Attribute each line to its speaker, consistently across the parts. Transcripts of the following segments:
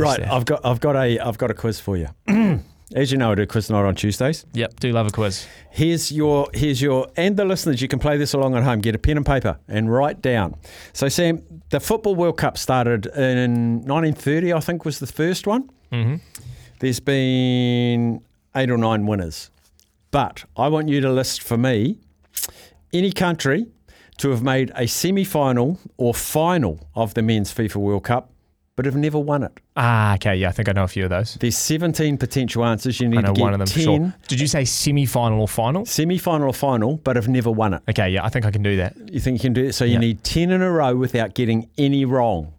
Speaker 1: Right,
Speaker 2: Yeah.
Speaker 1: I've got I've got a I've got a quiz for you. As you know, I do quiz night on Tuesdays.
Speaker 2: Yep, do love a quiz.
Speaker 1: Here's your here's your and the listeners. You can play this along at home. Get a pen and paper and write down. So Sam, the football World Cup started in 1930. I think was the first one.
Speaker 2: Mm-hmm.
Speaker 1: There's been eight or nine winners, but I want you to list for me any country to have made a semi-final or final of the men's FIFA World Cup, but have never won it.
Speaker 2: Ah, okay. Yeah, I think I know a few of those.
Speaker 1: There's 17 potential answers. You need
Speaker 2: I know
Speaker 1: to get
Speaker 2: one of them
Speaker 1: 10
Speaker 2: for sure. Did you say semi final or final?
Speaker 1: semi-final or final, but have never won it.
Speaker 2: Okay, yeah, I think I can do that.
Speaker 1: You think you can do it? So you
Speaker 2: Yeah.
Speaker 1: need 10 in a row without getting any wrong.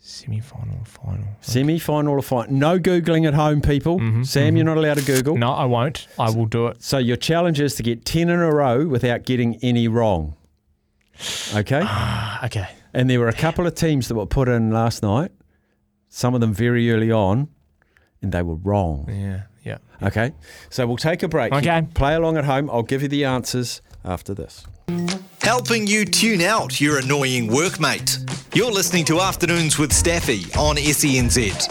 Speaker 2: Semi final or final?
Speaker 1: Semi-final or final. No Googling at home, people. Sam, you're not allowed to Google.
Speaker 2: Mm-hmm, No, I won't. I will do it.
Speaker 1: So your challenge is to get 10 in a row without getting any wrong. Okay?
Speaker 2: Ah, Okay.
Speaker 1: and there were a couple of teams that were put in last night, some of them very early on, and they were wrong.
Speaker 2: Yeah, yeah.
Speaker 1: Okay, so we'll take a break.
Speaker 2: Okay.
Speaker 1: Play along at home. I'll give you the answers after this.
Speaker 3: helping you tune out your annoying workmate. You're listening to Afternoons with Staffy on E SENZ.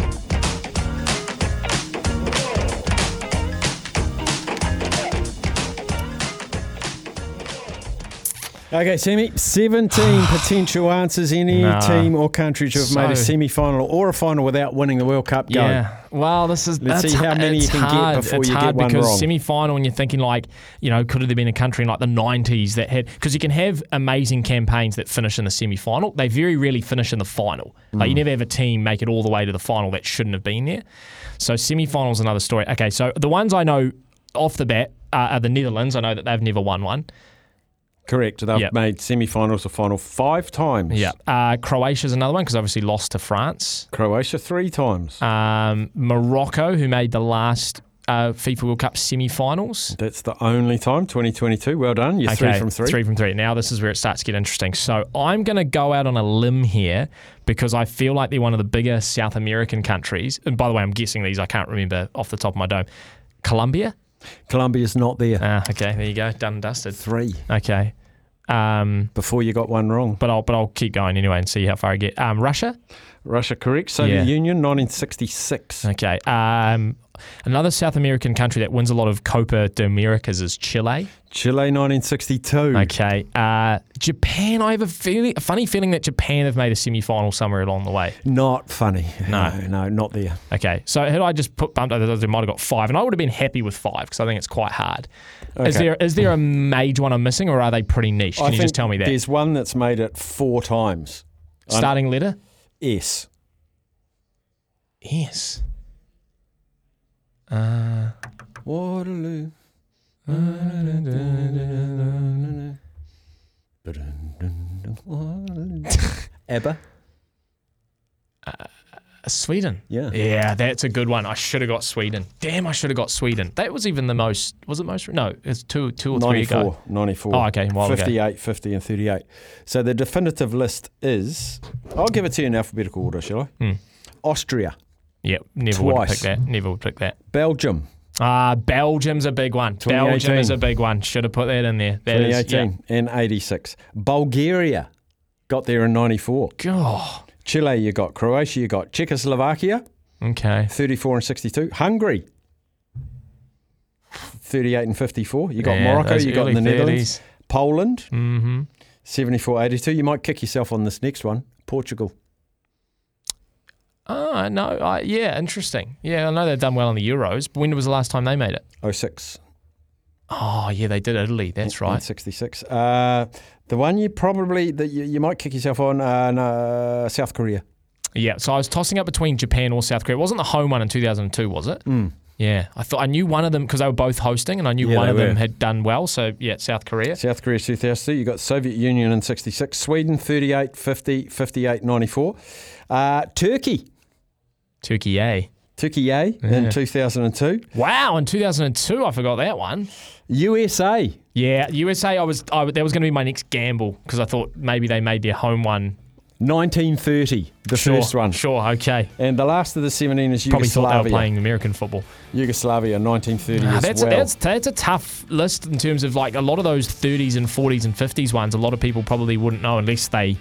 Speaker 1: Okay, Sammy, 17 potential answers. Any
Speaker 2: Nah.
Speaker 1: team or country to have made a
Speaker 2: So-
Speaker 1: semi final or a final without winning the World Cup, go.
Speaker 2: Yeah. Well, this is.
Speaker 1: Let's
Speaker 2: that's
Speaker 1: see how
Speaker 2: h-
Speaker 1: many you
Speaker 2: it's
Speaker 1: can get
Speaker 2: hard.
Speaker 1: before
Speaker 2: it's
Speaker 1: you get
Speaker 2: hard
Speaker 1: one
Speaker 2: because
Speaker 1: wrong.
Speaker 2: semi-final, and you're thinking like, you know, could it have been a country in like the '90s that had? Because you can have amazing campaigns that finish in the semi-final. They very rarely finish in the final. Like
Speaker 1: Mm.
Speaker 2: you never have a team make it all the way to the final that shouldn't have been there. So semi-finals another story. Okay, so the ones I know off the bat uh, are the Netherlands. I know that they've never won one.
Speaker 1: Correct. They've
Speaker 2: Yep.
Speaker 1: made semi finals or final five times.
Speaker 2: Uh, Croatia's another one because obviously lost to France.
Speaker 1: Croatia three times.
Speaker 2: Um, Morocco, who made the last uh, FIFA World Cup semi-finals.
Speaker 1: That's the only time, 2022. Well done. You're three from three.
Speaker 2: Three from three. Now this is where it starts to get interesting. So I'm going to go out on a limb here because I feel like they're one of the bigger South American countries. And by the way, I'm guessing these. I can't remember off the top of my dome. Colombia.
Speaker 1: Colombia's not there.
Speaker 2: Ah, okay. There you go. Done and dusted.
Speaker 1: three
Speaker 2: Okay. Um,
Speaker 1: before you got one wrong.
Speaker 2: but I'll but I'll keep going anyway and see how far I get. Um, Russia.
Speaker 1: Russia, correct. Soviet
Speaker 2: Yeah.
Speaker 1: Union, 1966.
Speaker 2: Okay. Um, another South American country that wins a lot of Copa de Americas is Chile.
Speaker 1: Chile, 1962.
Speaker 2: Okay. Uh, Japan. I have a feeling, a funny feeling that Japan have made a semi-final somewhere along the way.
Speaker 1: Not funny.
Speaker 2: No.
Speaker 1: no, not there.
Speaker 2: Okay, so had I just put bumped over those, I might have got five, and I would have been happy with five because I think it's quite hard. Is
Speaker 1: Okay.
Speaker 2: there is there a major one I'm missing, or are they pretty niche? Can
Speaker 1: I
Speaker 2: you
Speaker 1: think
Speaker 2: just tell me that?
Speaker 1: There's one that's made it four times. I'm-
Speaker 2: Starting letter.
Speaker 1: S.
Speaker 2: Yes. Uh,
Speaker 1: Waterloo. Abba.
Speaker 2: Sweden.
Speaker 1: Yeah.
Speaker 2: Yeah, that's a good one. I should have got Sweden. Damn, I should have got Sweden. That was even the most. Was it most? No, it's two, two or three
Speaker 1: 94,
Speaker 2: ago.
Speaker 1: 94.
Speaker 2: Oh, okay, a while ago.
Speaker 1: 58, 50, and 38. So the definitive list is. I'll give it to you in alphabetical order, shall I?
Speaker 2: Hmm.
Speaker 1: Austria,
Speaker 2: Yeah, never would have
Speaker 1: Twice.
Speaker 2: picked that. Never would pick that.
Speaker 1: Belgium,
Speaker 2: Ah, Belgium's a big one. Belgium
Speaker 1: 2018.
Speaker 2: is a big one. Should have put that in there. That is-
Speaker 1: 2018, and 86. Bulgaria got there in 94.
Speaker 2: yeah. God.
Speaker 1: Chile, you got. Croatia, you got. Czechoslovakia,
Speaker 2: Okay.
Speaker 1: 34 and 62. Hungary, 38 and 54. You got
Speaker 2: Yeah,
Speaker 1: Morocco,
Speaker 2: those
Speaker 1: you got
Speaker 2: early
Speaker 1: the Netherlands.
Speaker 2: 30s.
Speaker 1: Poland,
Speaker 2: Mm-hmm.
Speaker 1: 74 82. You might kick yourself on this next one. Portugal.
Speaker 2: Ah, no. I, yeah, interesting. Yeah, I know they've done well in the Euros, but when was the last time they made it?
Speaker 1: 06.
Speaker 2: Oh, yeah, they did Italy. That's right.
Speaker 1: 66. Uh, the one you probably that you, you might kick yourself on uh, no, uh, South Korea.
Speaker 2: Yeah, so I was tossing up between Japan or South Korea. It wasn't the home one in 2002, was it? Yeah, I thought I knew one of them because they were both hosting, and I knew
Speaker 1: Yeah,
Speaker 2: one
Speaker 1: they
Speaker 2: of them
Speaker 1: were.
Speaker 2: had done well. So yeah, South Korea.
Speaker 1: South Korea 2002. You got Soviet Union in 66. Sweden 38 50 58 94. Uh, Turkey.
Speaker 2: Turkey, A.
Speaker 1: Turkey in 2002.
Speaker 2: Wow, in 2002, I forgot that one.
Speaker 1: USA.
Speaker 2: Yeah, USA. I was I, that was going to be my next gamble because I thought maybe they made their home one.
Speaker 1: 1930, the
Speaker 2: Sure,
Speaker 1: first one.
Speaker 2: Sure, okay.
Speaker 1: And the last of the 17 is
Speaker 2: Probably thought they were
Speaker 1: Yugoslavia.
Speaker 2: playing American football.
Speaker 1: Yugoslavia, 1930
Speaker 2: Ah,
Speaker 1: as
Speaker 2: that's,
Speaker 1: well.
Speaker 2: that's that's a tough list in terms of like a lot of those 30s and 40s and 50s ones. A lot of people probably wouldn't know unless they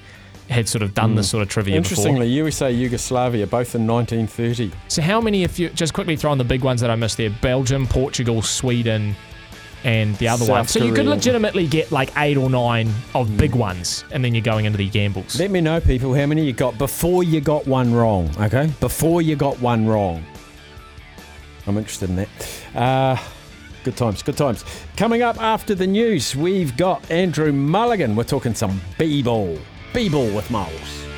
Speaker 2: had sort of done this sort of trivia
Speaker 1: Hmm. Interestingly, USA, Yugoslavia, both in 1930.
Speaker 2: before. So how many of you just quickly throw in the big ones that I missed there? Belgium, Portugal, Sweden, and the other
Speaker 1: South
Speaker 2: one. So you could
Speaker 1: Korea. Hmm.
Speaker 2: legitimately get like eight or nine of big ones, and then you're going into the gambles.
Speaker 1: Let me know, people, how many you got before you got one wrong, okay? Before you got one wrong. I'm interested in that. Uh, good times, good times. Coming up after the news, we've got Andrew Mulligan. We're talking some b-ball. B-ball with Miles.